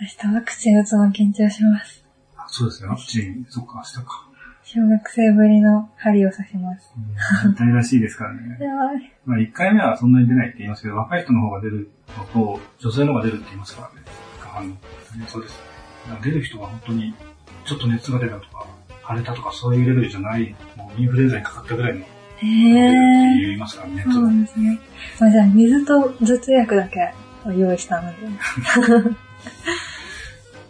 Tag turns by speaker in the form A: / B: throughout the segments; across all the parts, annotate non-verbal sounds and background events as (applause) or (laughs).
A: 明日ワクチン打つの緊張します。
B: あそうですね、ワクチン、そっか、明日か。
A: 小学生ぶりの針を刺します。
B: うん、大らしいですからね。 (laughs)
A: やばい。
B: まあ、1回目はそんなに出ないって言いますけど、若い人の方が出るのと、女性の方が出るって言いますからね。あの、ねそうですね。だから出る人が本当に、ちょっと熱が出たとか、腫れたとかそういうレベルじゃない、もうインフルエンザにかかったぐらいの、
A: え
B: って
A: え
B: 言いますからね、
A: ー。そうなんですね。まあ、じゃあ、水と頭痛薬だけを用意したので。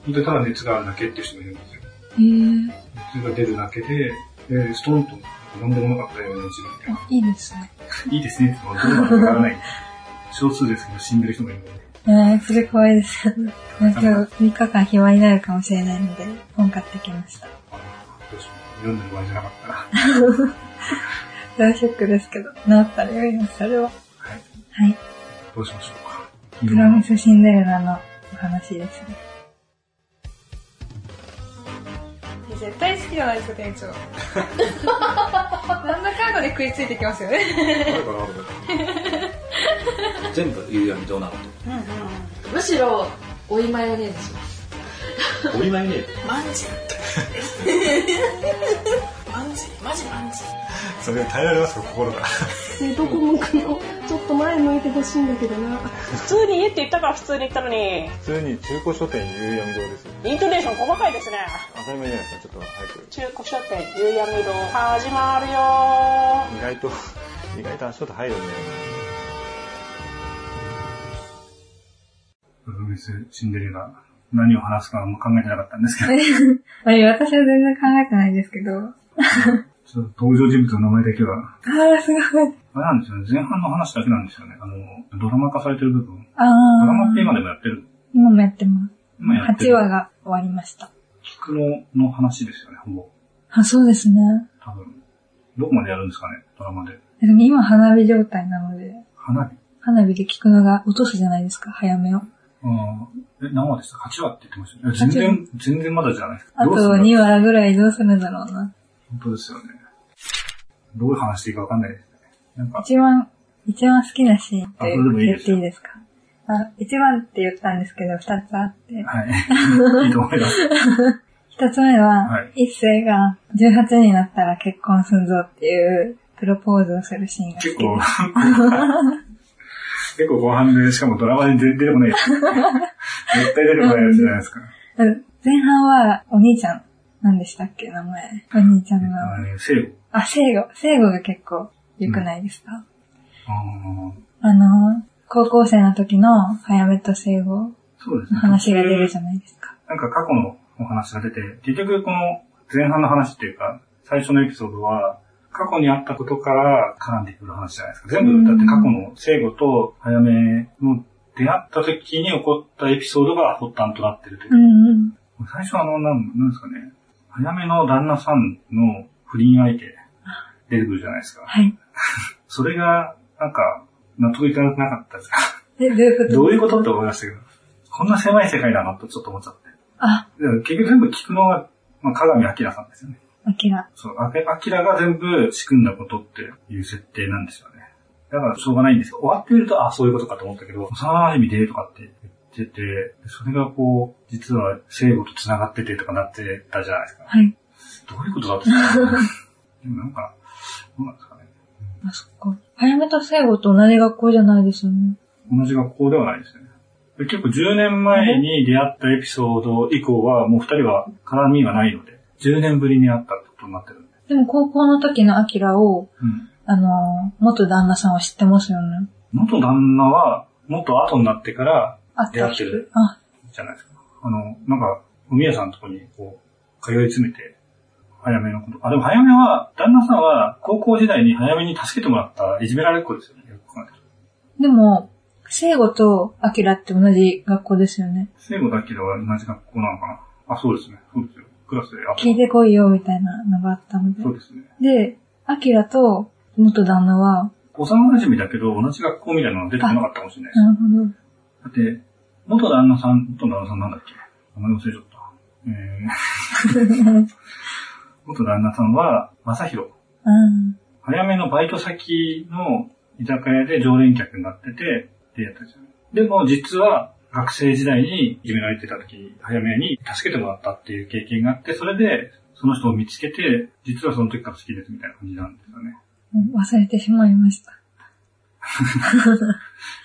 B: 本当にただ熱があるだけっていう人もいるんですよ。
A: えー、
B: 熱が出るだけで、でストンと飲んでもなかったような自分
A: あいいですね。
B: いいですねって言ってもどうなるかわからない。少数ですけど死んでる人もいるので。
A: えー、それ怖いです。まあ今日3日間暇になるかもしれないので、本買ってきました。
B: あのどうしよう。読んでる場合じゃなかったら。 (laughs)
A: 大ショックですけど、治ったらやります、それは。
B: はい。
A: はい。
B: どうしましょうか。
A: プロミスシンデレラのお話ですね。
C: 絶対好きじゃないですか、店長。なんだかんだで食いついてきますよ
A: (laughs)
C: ね。
D: 誰かなと思って。全部言うようにどうなの
E: むしろ、おいマヨネーズします。
D: と。おいまいね。
F: マンジ。マンジ、マジマンジ。
G: それ耐えられますか、心が。
H: どこ向くのちょっと前向いてほしいんだけどな。
I: 普通に家って言ったから普通に言ったのに、
G: 普通に中古書店夕闇堂ですよ。
I: イントネーション細かいですね。
G: 当たり前じゃないですか、ちょっと早く。
I: 中古書店、夕闇堂、始まるよ
G: 意外と、意外と足音入るんだよね。
B: プロミスシンデレラ。何を話すかも考えてなかったんですけど、
A: あれ、私は全然考えてないですけど。あ
B: ちょっと登場人物の名前だけは、
A: ー、すごい。
B: あれなんですよね、前半の話だけなんですよね。あの、ドラマ化されてる部分。
A: あ
B: ドラマって
A: ー。
B: 今でもやってる。
A: 今もやってま
B: 今やっ
A: す。
B: て
A: 8
B: る。
A: 話が終わりました。
B: 菊野の話ですよね、ほぼ。
A: あ、そうですね。
B: 多分。どこまでやるんですかね、ドラマで。
A: でも今花火状態なので、
B: 花火。
A: 花火で聞くのが落とすじゃないですか、早めを。
B: あーえ、何話でした ?8 話って言ってましたね。全然、全然まだじゃないですか。
A: あと
B: どうするんだ
A: 2話ぐらいどうするんだろうな。
B: 本当ですよね。どういう話していいかわかんないですね。なんか、
A: 一番、一番好きなシーンって
B: あそれでもい
A: 言
B: いで
A: っ
B: す
A: てい
B: よ
A: いですかあ、一番って言ったんですけど、二つあって。
B: はい。いいと思います。
A: 一つ目は、
B: はい
A: 一星が18になったら結婚すんぞっていうプロポーズをするシーンが好
B: (laughs) 結
A: き。
B: 構、結構後半で、しかもドラマに出出てこないやつ。絶対出てこないやつじゃないですか。
A: うん前半はお兄ちゃん、何でしたっけ、名前。お兄ちゃんの。
B: あの聖子。
A: あ、聖護。聖護が結構良くないですか、
B: あー
A: あの、高校生の時の早めと聖護
B: そうです
A: の
B: ね。
A: 話が出るじゃないですか。
B: なんか過去のお話が出て、結局この前半の話っていうか、最初のエピソードは、過去にあったことから絡んでくる話じゃないですか。全部、だって過去の聖子と早めの出会った時に起こったエピソードが発端となってるというう。
A: んうん。
B: 最初あの、なんなんですかね、早めの旦那さんの不倫相手出てくるじゃないですか。
A: はい。
B: それが、なんか、納得いかなかったですか。
A: え、どういうこと
B: どういうことって思いましたけど、こんな狭い世界なのとちょっと思っちゃって。
A: あ、
B: でも結局全部聞くのは、まあ、鏡明さんですよね。
A: アキラ。
B: そう、あけ明が全部仕組んだことっていう設定なんですよね。だからしょうがないんですよ。終わってみると、あ、そういうことかと思ったけど、幼馴染でとかって言ってて、それがこう、実は聖母と繋がっててとかなってたじゃないですか。
A: はい。
B: どういうことだった (laughs) んですかでもなんか、どうなんですかね。
A: あ、そっか。早めと聖護と同じ学校じゃないですよね。
B: 同じ学校ではないですね。で結構10年前に出会ったエピソード以降は、もう二人は絡みがないので、10年ぶりに会ったってことになってるんで。
A: でも高校の時のアキラを、
B: うん。
A: あの、元旦那さんは知ってますよね。
B: 元旦那は、元後になってから、
A: あった
B: 出会ってる
A: あ、
B: じゃないですか。あの、なんか、おみやさんのとこに、こう、通い詰めて、早めのこと。あ、でも早めは、旦那さんは、高校時代に早めに助けてもらった、いじめられっ子ですよね。よく考えてる。
A: でも、聖護とアキラって同じ学校ですよね。
B: 聖母だけでは同じ学校なのかな。あ、そうですね。そうですよ。クラスであった
A: 聞いてこいよ、みたいなのがあったので
B: そ。うですね。
A: で、アキラと元旦那は、
B: 幼馴染だけど、同じ学校みたいなのは出てこなかったかもしれないです。
A: なるほど。
B: だって、元旦那さん、元旦那さんなんだっけ名前忘れちゃった。えー元旦那さんは、正弘。
A: うん。
B: 早めのバイト先の居酒屋で常連客になってて、でやったじゃん。でも実は、学生時代にいじめられてた時、早めに助けてもらったっていう経験があって、それで、その人を見つけて、実はその時から好きですみたいな感じなんですよね。
A: うん忘れてしまいました。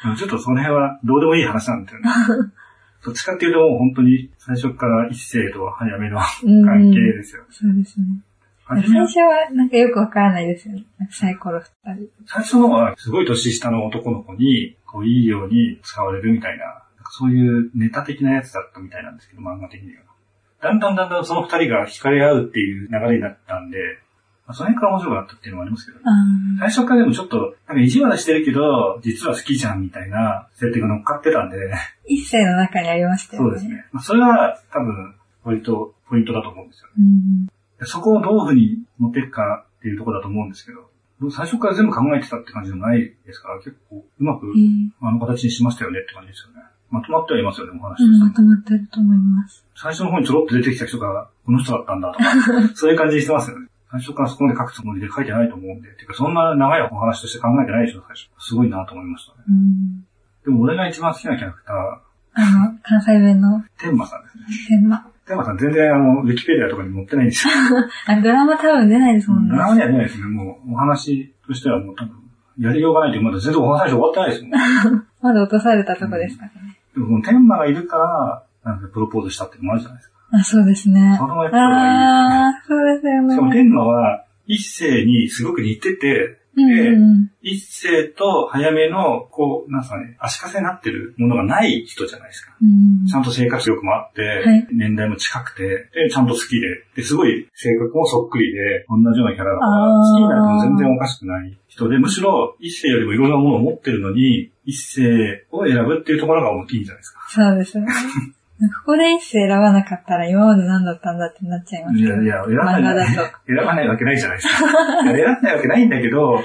B: でもちょっとその辺はどうでもいい話なんで
A: (laughs)
B: すよね。どっちかっていうともう本当に最初から一世と早めの
A: うん
B: 関係ですよ。
A: そうですね。
B: 初
A: 最
B: めは
A: 初はなんかよくわからないですよね。なんかサイコロ二人。
B: 最初のはすごい年下の男の子に、こういいように使われるみたいな、なんかそういうネタ的なやつだったみたいなんですけど、漫画的には。だんだんだんだんその二人が惹かれ合うっていう流れになったんで、まあ、その辺から面白かったっていうのもありますけど、ね、
A: あー
B: 最初からでもちょっと、なんか意地悪してるけど、実は好きじゃんみたいな設定が乗っかってたんで、
A: 一世の中にありましたよ
B: そ
A: ね。
B: うですね。まあ、それは多分、割とポイントだと思うんですよ。
A: うん。
B: そこをどういうふうに持っていくかっていうところだと思うんですけど、もう最初から全部考えてたって感じじゃないですから、結構うまく
A: えー
B: あの形にしましたよねって感じですよね。まとまってはいますよね、お話と
A: うん、ま
B: して
A: とまってると思います。
B: 最初の方にちょろっと出てきた人が、この人だったんだ
A: (laughs)
B: とか、そういう感じにしてますよね。最初からそこまで書くつもりで書いてないと思うんで、てかそんな長いお話として考えてないでしょ、最初。すごいなと思いましたね。
A: うん。
B: でも俺が一番好きなキャラクタ
A: あの、関西弁の
B: ー、天馬さんですね。
A: 天満。
B: 天馬さん全然あの、ウィキペディアとかに載ってないんですよ。
A: あ、グラマ多分出ないですもんね。
B: 生には出ないですね。もう、お話としてはもう多分、やりようがないというまだ全然お話終わってないですもん。
A: まだ落とされたとこですからね。
B: でも、天馬がいるから、なんかプロポーズしたっていうのもあるじゃないですか。
A: あ、そうですね。
B: そのエピソードがいい。
A: あー、そうですよね。
B: しかも天馬は、一世にすごく似てて、
A: うんうん
B: 一世と早めの、こう、なんすかね、足かせになってるものがない人じゃないですか。
A: うん。
B: ちゃんと生活力もあって、
A: はい
B: 年代も近くて、で、ちゃんと好きで、で、すごい性格もそっくりで、同じようなキャラだから
A: あ、ー
B: 好きになると全然おかしくない人で、むしろ一世よりもいろんなものを持ってるのに、一世を選ぶっていうところが大きいんじゃないですか。
A: そうですね。ここで一世選ばなかったら今まで何だったんだってなっちゃいます
B: い
A: け
B: や
A: ど。
B: いや、選ば
A: 漫画
B: な
A: だ
B: い、
A: と。
B: (laughs) 選ばないわけないじゃないですか。いや選ばないわけないんだけど、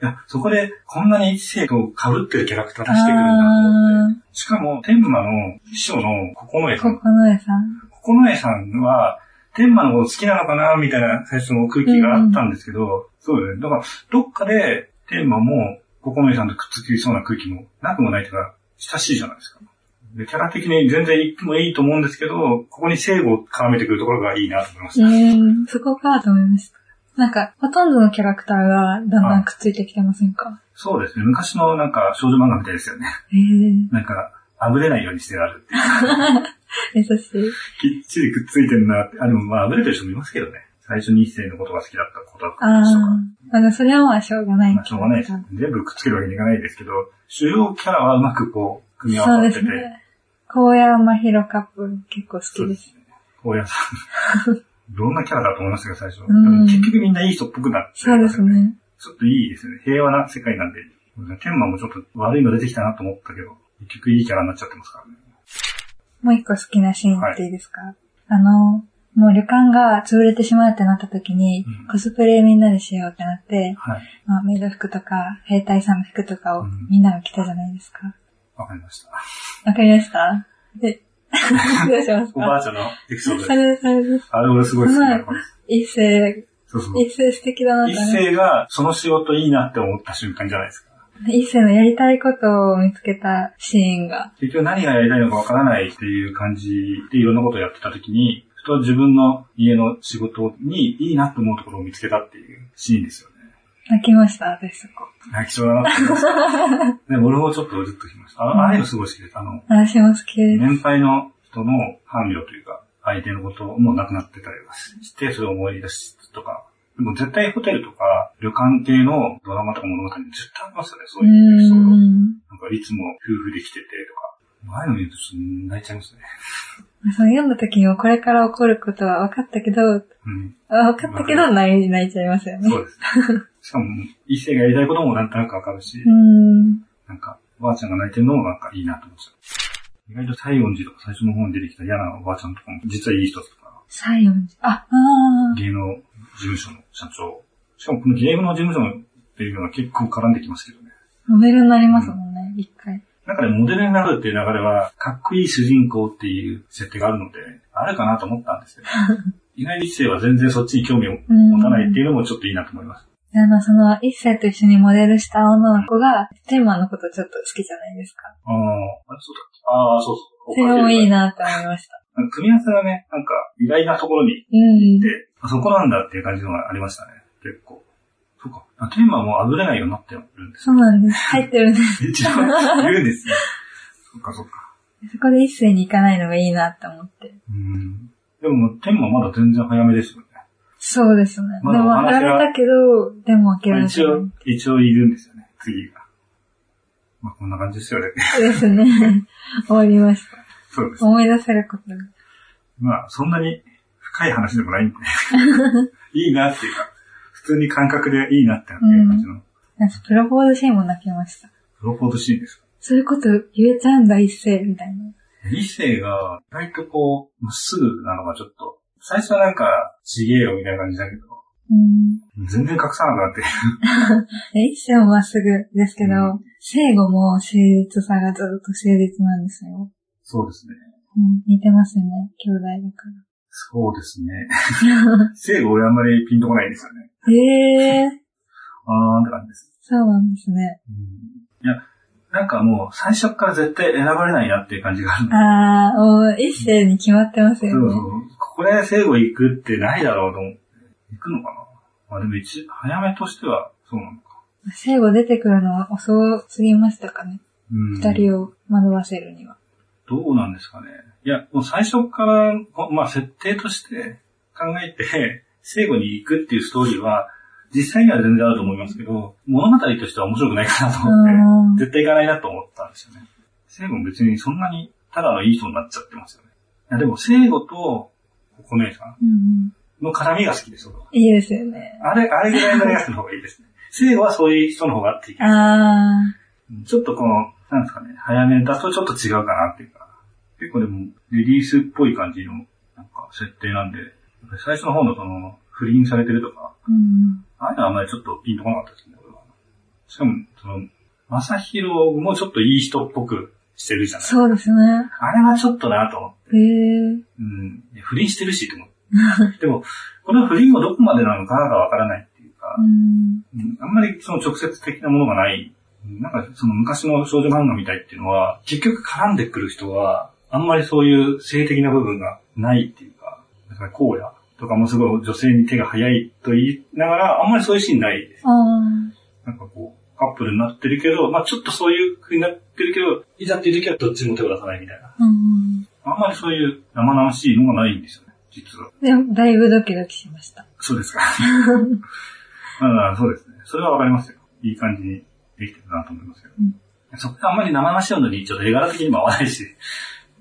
B: いや、そこでこんなに一世を被ってるキャラクター出してくるんだと思って。
A: あ
B: しかも、天馬の秘書の九重
A: ー、
B: さん
A: こ。この絵さん。
B: 九重さんは、天馬のこと好きなのかなみたいな最初の空気があったんですけど、そうよね。だから、どっかで天馬も九重さんとくっつきそうな空気もなくもないというか、親しいじゃないですか。で、キャラ的に全然言ってもいいと思うんですけど、ここに聖語を絡めてくるところがいいなと思いました。
A: うん、そこかと思いました。なんか、ほとんどのキャラクターがだんだんくっついてきてませんか
B: そうですね。昔のなんか少女漫画みたいですよね。 (laughs)
A: ええ
B: なんか、あぶれないようにしてあるっていう。
A: 優しい。
B: きっちりくっついてんなって。あ、でもまあ、あぶれてる人もいますけどね。最初に一世のことが好きだった子だった
A: あ
B: 人が。
A: あ、なんかそれはまあしょうがない。
B: まあ、しょうがないです。全部くっつけるわけにいかないですけど、主要キャラはうまくこう、組み合
A: そう
B: わ
A: で
B: さって
A: す
B: て。
A: ね。荒野真宙カップ結構好きです。
B: 大家さん。 (laughs) どんなキャラだと思いましたか、最初。
A: ん
B: 結局みんないい人っぽくなって。
A: そうです。ね。
B: ちょっといいですね。平和な世界なんで。天馬もちょっと悪いの出てきたなと思ったけど、結局いいキャラになっちゃってますからね。
A: もう一個好きなシーンっていいですか、あの、もう旅館が潰れてしまうってなった時に、
B: うん
A: コスプレみんなでしようってなって、
B: はい。
A: まあ、メイド服とか、兵隊さんの服とかを
B: うん
A: みんなが着たじゃないですか。
B: わかりました。
A: わかりました
B: (laughs)
A: で、どうします
B: おば
A: か
B: あちゃんのエピソード
A: そ
B: です。
A: れ、それです。
B: あれ俺すごい好きなの。
A: 一世、
B: そうそう。
A: 一世素敵だな
B: 一
A: と思って。
B: 世がその仕事いいなって思った瞬間じゃないですか。
A: 一世のやりたいことを見つけたシーンが。
B: 結局何がやりたいのかわからないっていう感じでいろんなことをやってた時に、ふと自分の家の仕事にいいなと思うところを見つけたっていうシーンですよね。
A: 泣きました、私そこ。
B: 泣きそうだなって思いました。で、俺もちょっとずっときました。あのああいうのすごい好きです。あの、
A: 私も好きです。
B: 年配の人の伴侶というか、相手のことも亡くなってたりはして、それを思い出すとか、でも絶対ホテルとか、旅館系のドラマとか物語に絶対ありますよね、そう
A: う
B: いうエピソード。
A: ん。
B: なんかいつも夫婦で来ててとか、前の見るとちょっと泣いちゃいますね。
A: その読んだ時にもこれから起こることは分かったけど、
B: うん、
A: あ分かったけど泣い泣いちゃいますよね
B: そ。うです。しかも、異性がやりたいこともなんとなくわかるし、
A: うん。
B: なんか、おばあちゃんが泣いてるのもなんかいいなと思っちゃう。意外と西園寺とか最初の方に出てきた嫌なおばあちゃんとかも、実はいい人とか、
A: 西園寺。あ、あ
B: 芸能事務所の社長。しかもこの芸能事務所のっていうのが結構絡んできますけどね。
A: あ。モデルになりますもんね、一回。
B: なんかね、モデルになるっていう流れは、かっこいい主人公っていう設定があるので、あるかなと思ったん
A: (laughs)
B: ですけど、意外に一世は全然そっちに興味を
A: うん。
B: 持たないっていうのもちょっといいなと思います。
A: あの、その、一世と一緒にモデルした女の子が、テーマのことちょっと好きじゃないですか。
B: ああ、あ、そうだ。ああ、そうそう。
A: それもいいなって思いました。
B: なんか組み合わせがね、なんか意外なところに
A: うん
B: 行って。、あそこなんだっていう感じのがありましたね。結構。そうか。あテーマもあぶれないようになってるんで
A: (laughs)
B: す
A: そうなんです。入ってるんです。
B: ね。一応言うんですね。そっかそっか。
A: そこで一斉に行かないのがいいなって思って。
B: うん。でも、テーマまだ全然早めですよね。
A: そうですね。
B: ま
A: で
B: だお
A: も、
B: 話
A: あ
B: が
A: れだけど、でも開けられて
B: 一
A: る
B: 応。、一応いるんですよね、次が。まあ、こんな感じですよね。 (laughs)
A: そうですね。終わりました。
B: そうです。
A: 思い出せることが。
B: まあ、そんなに深い話で
A: (laughs)
B: もないんで。いいなっていうか、普通に感覚でいいなっていう感じの、
A: なんかプロポーズシーンも泣きました。
B: プロポーズシーンです。
A: そういうこと言えちゃうんだ、一斉、みたいな。
B: 理性が、意外とこう、まっすぐなのがちょっと、最初はなんか、ちげえよみたいな感じだけど、
A: うん。
B: 全然隠さなくなって、
A: で一斉もまっすぐですけど、
B: うん
A: 正語も誠実さがずっと誠実なんですよ。
B: そうですね。
A: うん、似てますよね、兄弟だか
B: そうです
A: (laughs)
B: ね。性が俺あんまりピンとこないんですよね。
A: ら。ええー、
B: あーって感じです。
A: (laughs) そうなんですね。
B: うんいや、なんかもう最初から絶対選ばれないなっていう感じがあるんです
A: あー、もう一斉に決まってます
B: け
A: よ
B: ど、
A: ね。
B: ここで聖護行くってないだろうと思う。行くのかなまあでも一、早めとしてはそうなのか。
A: 正語出てくるのは遅すぎましたかね。
B: うん
A: 二人を惑わせるには。
B: どうなんですかね。いや、もう最初から、こまあ設定として考えて、聖護に行くっていうストーリーは、実際には全然あると思いますけど、物語としては面白くないかなと思って。
A: うん。
B: 絶対行かないなと思ったんですよね。聖護も別にそんなにただのいい人になっちゃってますよね。いやでも聖護とコネさ
A: うん
B: んの絡みが好きです、僕は。
A: いいですよね。
B: あれ、あれぐらいのやつの方がいいですね。聖護はそういう人の方がっていう
A: あ
B: ちょっとこの、なんですかね、早めだとちょっと違うかなっていうか。結構でも、リリースっぽい感じの、なんか設定なんで、やっぱり最初の方のその、不倫されてるとか、
A: ー。うん。
B: ああいうのはあんまりちょっとピンとこなかったですね、俺は。しかも、その、まさひろもちょっといい人っぽくしてるじゃない
A: そうですね。
B: あれはちょっとなと思って。
A: へえ。
B: うん。不倫してるし、と思って。でも、この不倫もどこまでなのかがわからないっていうか
A: う、ん。
B: うんあんまりその直接的なものがない。うんなんかその昔の少女漫画みたいっていうのは、結局絡んでくる人は、あんまりそういう性的な部分がないっていうか、だから荒野とかもすごい女性に手が早いと言いながら、あんまりそういうシーンないです。
A: ああ。
B: なんかこう、カップルになってるけど、まあちょっとそういう風になってるけど、いざっていう時はどっちも手を出さないみたいな。
A: うん。
B: あんまりそういう生々しいのがないんですよね、実は。
A: でも、だいぶドキドキしました。
B: そうですか。まあ、そうですね。それはわかりますよ。いい感じにできてるなと思いますけど。
A: うん
B: そこがあんまり生々しいのに、ちょっと絵柄的にも合わないし、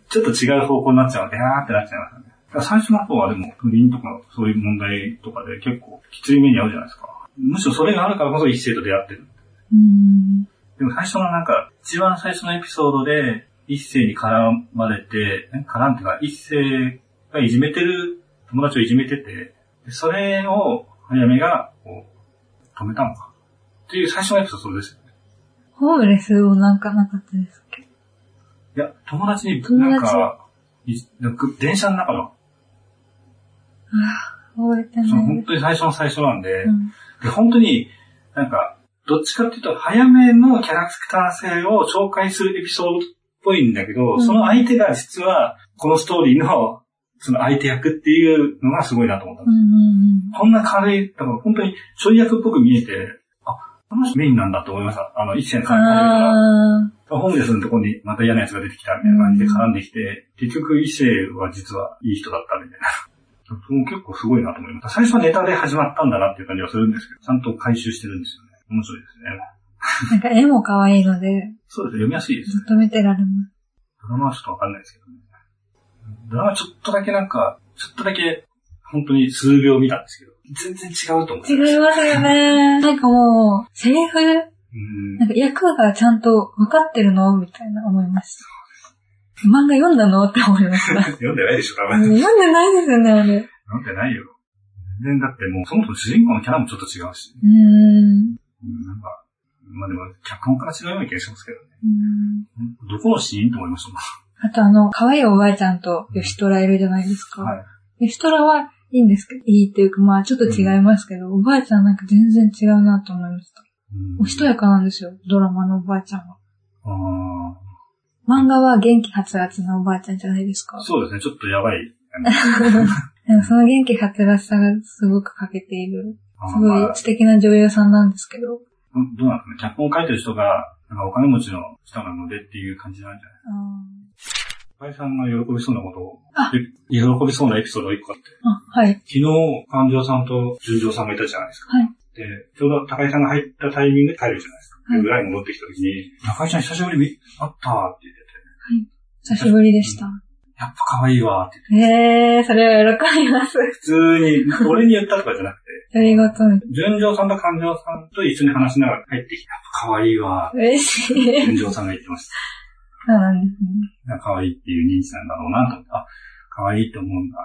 B: ちょっと違う方向になっちゃうので、あーってなっちゃいますよね。だから最初の方はでも、不倫とか、そういう問題とかで結構きつい目に遭うじゃないですか。むしろそれがあるからこそ一世と出会ってる。
A: うん。
B: でも最初のなんか、一番最初のエピソードで、一世に絡まれて、ん絡んでか、一世がいじめてる、友達をいじめてて、でそれを、早めが、こう、止めたのか。っていう最初のエピソードそれですよね。
A: ホームレスもなんかなかったですっけ
B: いや、友達に、
A: 友
B: なん
A: 達
B: か、いなんか電車の中の、
A: 覚えて
B: その
A: ない
B: 本
A: です。
B: 当に最初の最初なんで、
A: うん
B: で、本当に、なんか、どっちかっていうと、早めのキャラクター性を紹介するエピソードっぽいんだけど、
A: ん
B: その相手が実は、このストーリーの、その相手役っていうのがすごいなと思ったん
A: う
B: です。
A: んうん
B: こんな軽い、だから本当にちょい役っぽく見えて、あ、この人メインなんだと思いました。あの、一線
A: うん。
B: さんに入るから。
A: あ
B: ホームレスのとこにまた嫌な奴が出てきたみたいな感じで絡んできて、結局異性は実はいい人だったみたいな。 (laughs) もう結構すごいなと思います。最初はネタで始まったんだなっていう感じはするんですけど、ちゃんと回収してるんですよね。面白いですね。
A: ーなんか絵も可愛いので、
B: そうですね。読みやすいです
A: ず
B: ね
A: っ。と見てられます。
B: ドラマはちょっとわかんないですけどね。ドラマはちょっとだけなんか、ちょっとだけ、本当に数秒見たんですけど、全然違うと思う。
A: 違いますよね。なんかもう、セリフ、
B: うん
A: なんか役がちゃんと分かってるのみたいな思いました。漫画読んだのって思いました。
B: 読んでないでしょ、多
A: 読
B: 分。
A: んでないですよね、あれ。
B: 読んでないよ。全然だってもう、そもそも主人公のキャラもちょっと違うし。
A: うーん。
B: うんなんか、まあでも、脚本から違うような気がしますけどね。
A: うん
B: どこのシーンと思いましたも
A: あとあの、可愛いおばあちゃんと吉虎いるじゃないですか。
B: ん。はい。
A: 吉虎はいいんですけど、いいっていうか、まあちょっと違いますけど、おばあちゃんなんか全然違うなと思いました。
B: うん
A: おしとやかなんですよ、ドラマのおばあちゃんは。
B: あー
A: 漫画は元気はつらつのおばあちゃんじゃないですか。
B: そうですね、ちょっとやばい。
A: (laughs) でもその元気はつらつさがすごく欠けている。
B: あ
A: す
B: のま
A: ご
B: あ
A: い素敵な女優さんなんですけど。
B: うんどうなんですかね。脚本を書いてる人が、なんかお金持ちの人なのでっていう感じなんじゃないですか
A: あ
B: パイさんが喜びそうなことを
A: あ、
B: え喜びそうなエピソードが一個あって、
A: ーあ、はい。
B: 昨日、患者さんと十条さんがいたじゃないですか。
A: はい
B: で、ちょうど高井さんが入ったタイミングで帰るじゃないですか。
A: はい
B: で、裏に戻ってきた時に、高井ちゃん久しぶりに会ったって言って
A: 久しぶりでした。
B: て、やっぱ可愛いわって
A: ええー、それは喜びます。
B: 言って、普通に、俺に言ったとかじゃなくて、
A: ありがとう。
B: 純情さんと患者さんと一緒に話しながら帰ってきて、やっぱ可愛いわっ
A: 嬉しい。
B: て純情さんが言ってました。
A: そうなんですね。
B: なんか可愛いっていう認知なんだろうなと思って、あ、可愛いって思うんだ、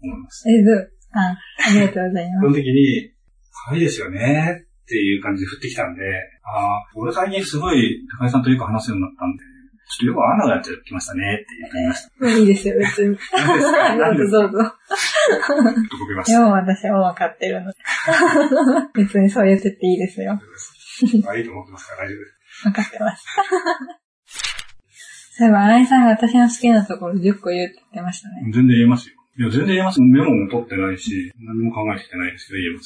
B: 思いました。
A: え、どうあ、ありがとうござい
B: そ
A: ま
B: の時に、可愛いですよねっていう感じで降ってきたんで、ああ、俺最近すごい高井さんとよく話すようになったんで、ちょっとよく穴がやっちゃきましたねって言ってみました。
A: す。 (laughs) いいですよ、別に。
B: 何です
A: ど
B: か何
A: う
B: です
A: ぞ
B: か
A: どうぞ。
B: とこびまし
A: で
B: た。
A: も私はもう分かってるので。 (laughs) 別にそう言ってっていいですよ。
B: あ、いいと思ってますから大丈夫です。
A: 分かってます。そういえば、新井さんが私の好きなところ10個言うって言ってましたね。
B: 全然言えますよ。いや、全然言えます。メモも取ってないし、何も考えてきてないですけど言えま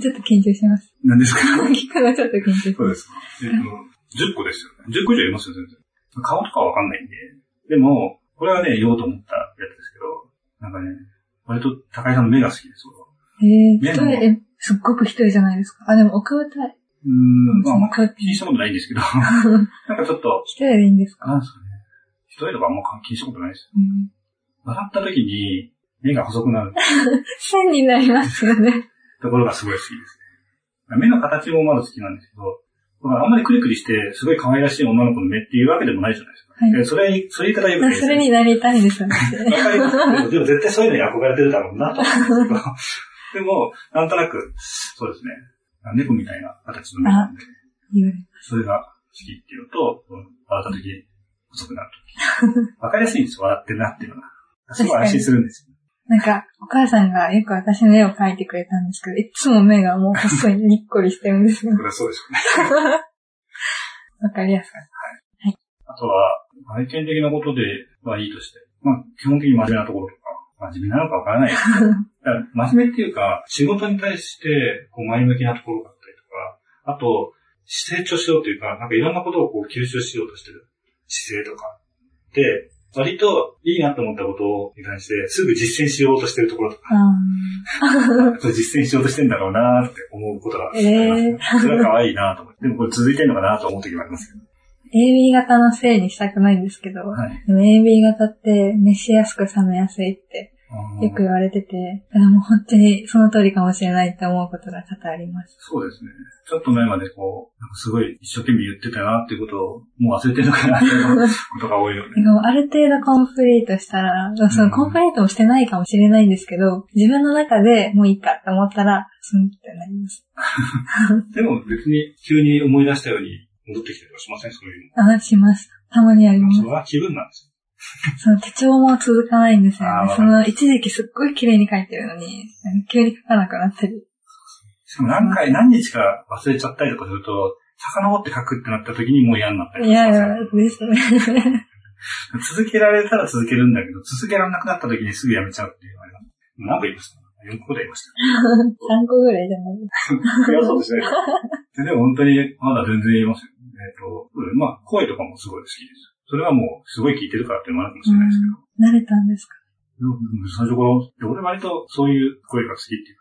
B: す。
A: ちょっと緊張します。
B: 何ですか
A: 聞くのちょっと緊張し
B: そう
A: ま。
B: ですすか。えっと、10個ですよね。10個以上言えますよ、全然。顔とかわかんないんで。でも、これはね、言おうと思ったやつですけど、なんかね、割と高井さんの目が好きです、僕は
A: えー、
B: 目
A: 一
B: の
A: 人、え、すっごく一人じゃないですか。あ、でも奥歌、一
B: うーん、まあ、あんま
A: こう
B: 気にしたことないん (laughs) ですけど、なんかちょっと、
A: 人でいいんですか
B: なんですかね、一人とかあんま気にしたことないです。
A: うん。
B: 笑った時に、目が細くなる
A: 線になりますよね。
B: ところがすごい好きですね。目の形もまだ好きなんですけど、だからあんまりクリクリして、すごい可愛らしい女の子の目っていうわけでもないじゃないですか。
A: はい
B: でそれ、そういう言い方よくないです
A: それになりたいです、私。
B: わかりますけどでも絶対そういうのに憧れてるだろうなと (laughs) 思うんですけど。でも、なんとなく、そうですね。猫みたいな形の目なんで、
A: 言われ
B: それが好きっていうのと、笑った時、遅くなる
A: (laughs)
B: と。わかりやすいんですよ、笑ってるなっていうのが。すごい安心するんですよ。
A: なんか、お母さんがよく私の絵を描いてくれたんですけど、いつも目がもう細い、にっこりしてるん (laughs) ですよ
B: こ。れはそうでしょうね。
A: わかりやすかっ
B: あとは、外見的なことではいいとして、まあ、基本的に真面目なところとか、真面目なのかわからないですけどだから真面目っていうか、仕事に対して、こう、前向きなところだったりとか、あと、成長しようというか、なんかいろんなことをこう吸収しようとしてる姿勢とか。で、割といいなと思ったことに対して、すぐ実践しようとしてるところとか、
A: た。あ
B: そう実践しようとしてんだろうなーって思うことがあります、ね。それは可愛いなと思って。でもこれ続いてんのかなと思う時もありますけど。
A: ー AB 型のせいにしたくないんですけど、
B: はい。
A: でも AB 型って熱しやすく冷めやすいってよく言われてて、だからもう本当にその通りかもしれないって思うことが多々あります。
B: そうですね。ちょっと前までこう、なんかすごい一生懸命言ってたなっていうことを、もう忘れてるのかなっ
A: (laughs)
B: ていうことが多いよ
A: で
B: ね。
A: もある程度コンプリートしたら、そのコンプリートもしてないかもしれないんですけど、自分の中でもういいかって思ったら、スンってなります。
B: でも別に急に思い出したように戻ってきたりはしません、そういう
A: あ、します。たまにありま
B: の。
A: す
B: そ。れは気分なんです
A: その手帳も続かないんですよ
B: あーわ
A: ね。
B: か
A: そ
B: る
A: の一時期すっごい綺麗に書いてるのに、急に書かなくなったり。
B: よ。しかも何回、何日か忘れちゃったりとかすると、遡って書くってなった時にもう嫌になったり
A: い
B: とか
A: や
B: し
A: い
B: ませ
A: や
B: ん、
A: ですね。
B: 続けられたら続けるんだけど、続けられなくなった時にすぐやめちゃうっていうのがあります。何個言いました ?4 個で言いました。
A: 3個ぐらいじゃないですか。
B: いや、そうですね。でも本当に、まだ全然言えますよ。えっ、と、うんまあ、声とかもすごい好きです。それはもう、すごい聞いてるからっていうのもあるかもしれないですけど。
A: 慣れたんですか
B: でも最初から、俺割とそういう声が好きっていう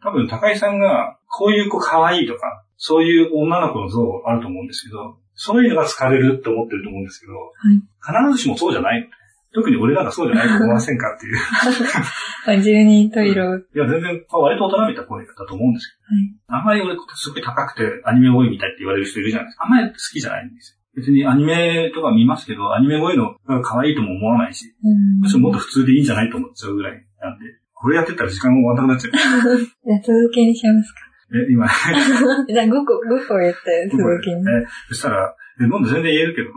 B: か、多分高井さんが、こういう子可愛いとか、そういう女の子の像あると思うんですけど、そういうのが好かれるって思ってると思うんですけど、必ずしもそうじゃないの。特に俺らがそうじゃないと思いませんかっていう。
A: まあ十人十色。
B: いや、全然、まあ割と大人びた声だと思うんですけど、あんまり俺、すごい高くてアニメ多いみたいって言われる人いるじゃないですか。あんまり好きじゃないんですよ。別にアニメとか見ますけど、アニメ声のが可愛いとも思わないし、
A: うん。
B: むし
A: じ
B: ろもっと普通でいいんじゃないと思っちゃうぐらいなんで、これやってたら時間が終わんなくなっちゃう。
A: ゃあ続けにしますか。 (laughs)
B: え、今、
A: じゃあ5個、5個言って
B: 僕
A: 続けに。
B: (laughs) え、そしたら、え、なんで全然言えるけどな。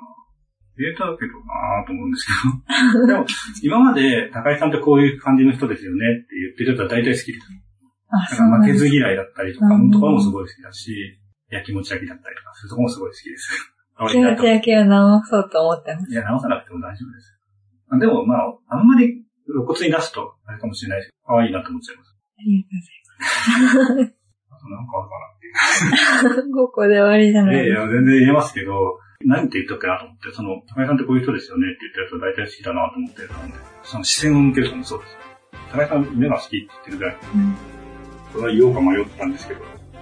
B: 言えたけどなぁと思うんですけ
A: (laughs)
B: ど。でも、今まで高井さんってこういう感じの人ですよねって言ってる人は大体好きです。
A: あ、
B: だ
A: そ
B: か
A: うな
B: ら
A: ん
B: 負け
A: です
B: ず
A: か。
B: 嫌いだったりとか、
A: うん (laughs)
B: のところもすごい好きだし、焼きもち焼きだったりとか、そういうところもすごい好きです。
A: キムチ焼きを直そうと思ってます。
B: いや、直さなくても大丈夫ですよ。でも、まあ、あんまり露骨に出すと、あれかもしれないですけど、可愛いなと思っちゃいます。
A: ありがとうございます。
B: あとなんかあるかなっていう。
A: ここで終わりじゃないい
B: やい
A: ですか。
B: や、全然言えますけど、何て言ったっけなと思って、その、高井さんってこういう人ですよねって言ったやつは大体好きだなと思ってたので、その視線を向けるともそうです。高井さん目が好きって言ってるぐらい、
A: うん
B: それは言おうか迷ったんですけど、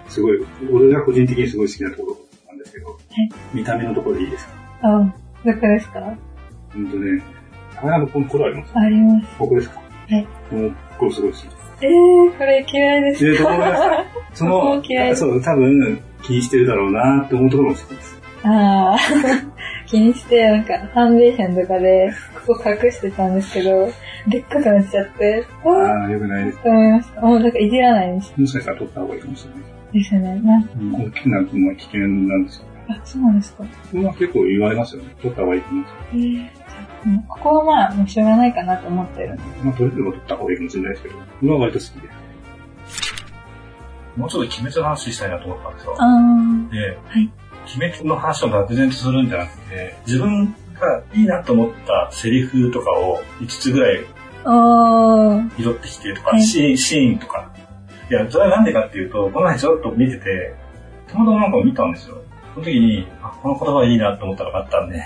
B: すごい、俺が個人的にすごい好きなところなんですけど、見た目のところでいいですか
A: あ、どこですか
B: ほんとね、高井さんのこのこだわります
A: あります。
B: 僕ですか
A: い
B: もう、これすごい好き。
A: えー、これ嫌いです。
B: で、ところが、そ
A: 僕
B: の
A: も嫌い、
B: そう、多分気にしてるだろうなって思うところも好きです。
A: ああ、 (laughs) 気にして、なんか、ファンデーションとかで、ここ隠してたんですけど、でっかくなっちゃって、あーっ
B: ああ、よくないです。
A: て思いました。もう、なんか、いじらないようにし
B: もしかしたら取った方がいいかもしれない。
A: ですね。なん
B: 大きな雲は危険なんですよ。
A: あ、そうなんですか。
B: これは結構言われますよね。取った方がいいと思うんです
A: えー、じゃあもうここはまあ、もうしょうがないかなと思ってるんで。
B: よ。まあ、取れれば取った方がいいかもしれないですけど、僕は割と好きで。もうちょっと鬼滅の話したいなと思ったんですよ
A: あ。ー、
B: で、
A: はい
B: 鬼滅の話を漠然とするんじゃなくて、自分がいいなと思ったセリフとかを5つぐらい
A: あー、
B: 拾ってきてと
A: は
B: か、
A: い
B: シーン、シーンとか。いや、それはなんでかっていうと、この前ちょっと見てて、たまたまなんかを見たんですよ。その時に、あ、この言葉いいなと思ったのがあった
A: (laughs)
B: んで、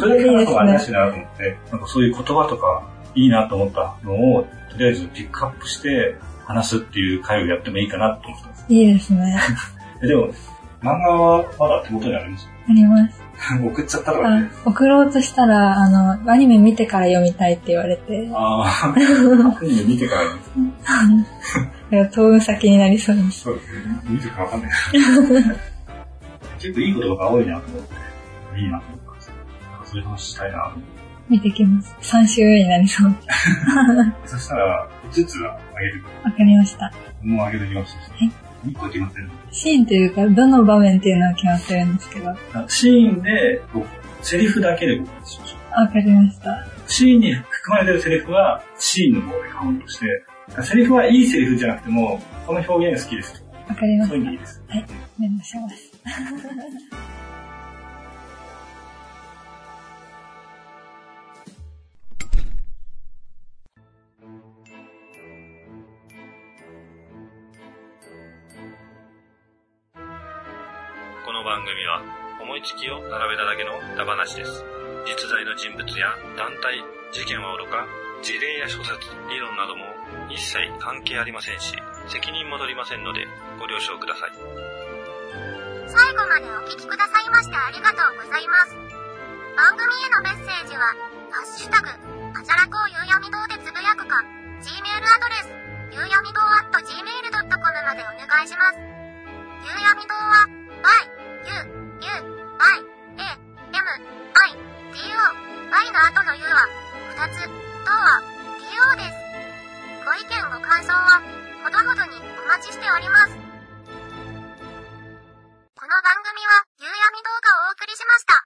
B: それがなんかあれだしなと思って、なんかそういう言葉とか、いいなと思ったのを、とりあえずピックアップして話すっていう会をやってもいいかなと思ってたんです。
A: いいですね。
B: えでも、漫画はまだ手元にあ
A: (laughs)
B: ります。
A: あります。
B: 送っちゃったから
A: あ
B: ね。
A: 送ろうとしたら、あの、アニメ見てから読みたいって言われて、
B: あ
A: (laughs)
B: あ、アニメ見てからです。
A: だから当分先になりそうです。
B: そうですね。見てるかわかんない。結構いい言葉が多いなと思って、いいなと思ったんですよ。なんかそういう話したいなと思って。
A: 見てきます。3週目になりそう。わ
B: そしたら、5つあげる。
A: かりました。
B: もうあげてきました。
A: い
B: 2個決まってる
A: シーンというか、どの場面っていうのは決まってるんですけど、わ
B: の。シーンで、セリフだけで僕にしましょ
A: かりました。
B: う。シーンに含まれてるセリフは、シーンの方でカウントして、セリフはいいセリフじゃなくても、この表現好きですとか、
A: わかりまし
B: そ
A: た
B: ういう。のいいです。
A: メモします。
J: (laughs) この番組は思いつきを並べただけの歌話です実在の人物や団体事件はおろか事例や諸説理論なども一切関係ありませんし責任も取りませんのでご了承ください
K: 最後までお聞きくださいましてありがとうございます。番組へのメッセージは、ハッシュタグ、あじゃらこうゆうやみ堂でつぶやくか、Gmail アドレス、ゆうやみ堂 at gmail.com までお願いします。ゆうやみ堂は、y, u, u, i, a, m, i, d, o, y の後の u は、2つ、とは、d, o です。ご意見ご感想は、ほどほどにお待ちしております。この番組は、夕闇動画をお送りしました。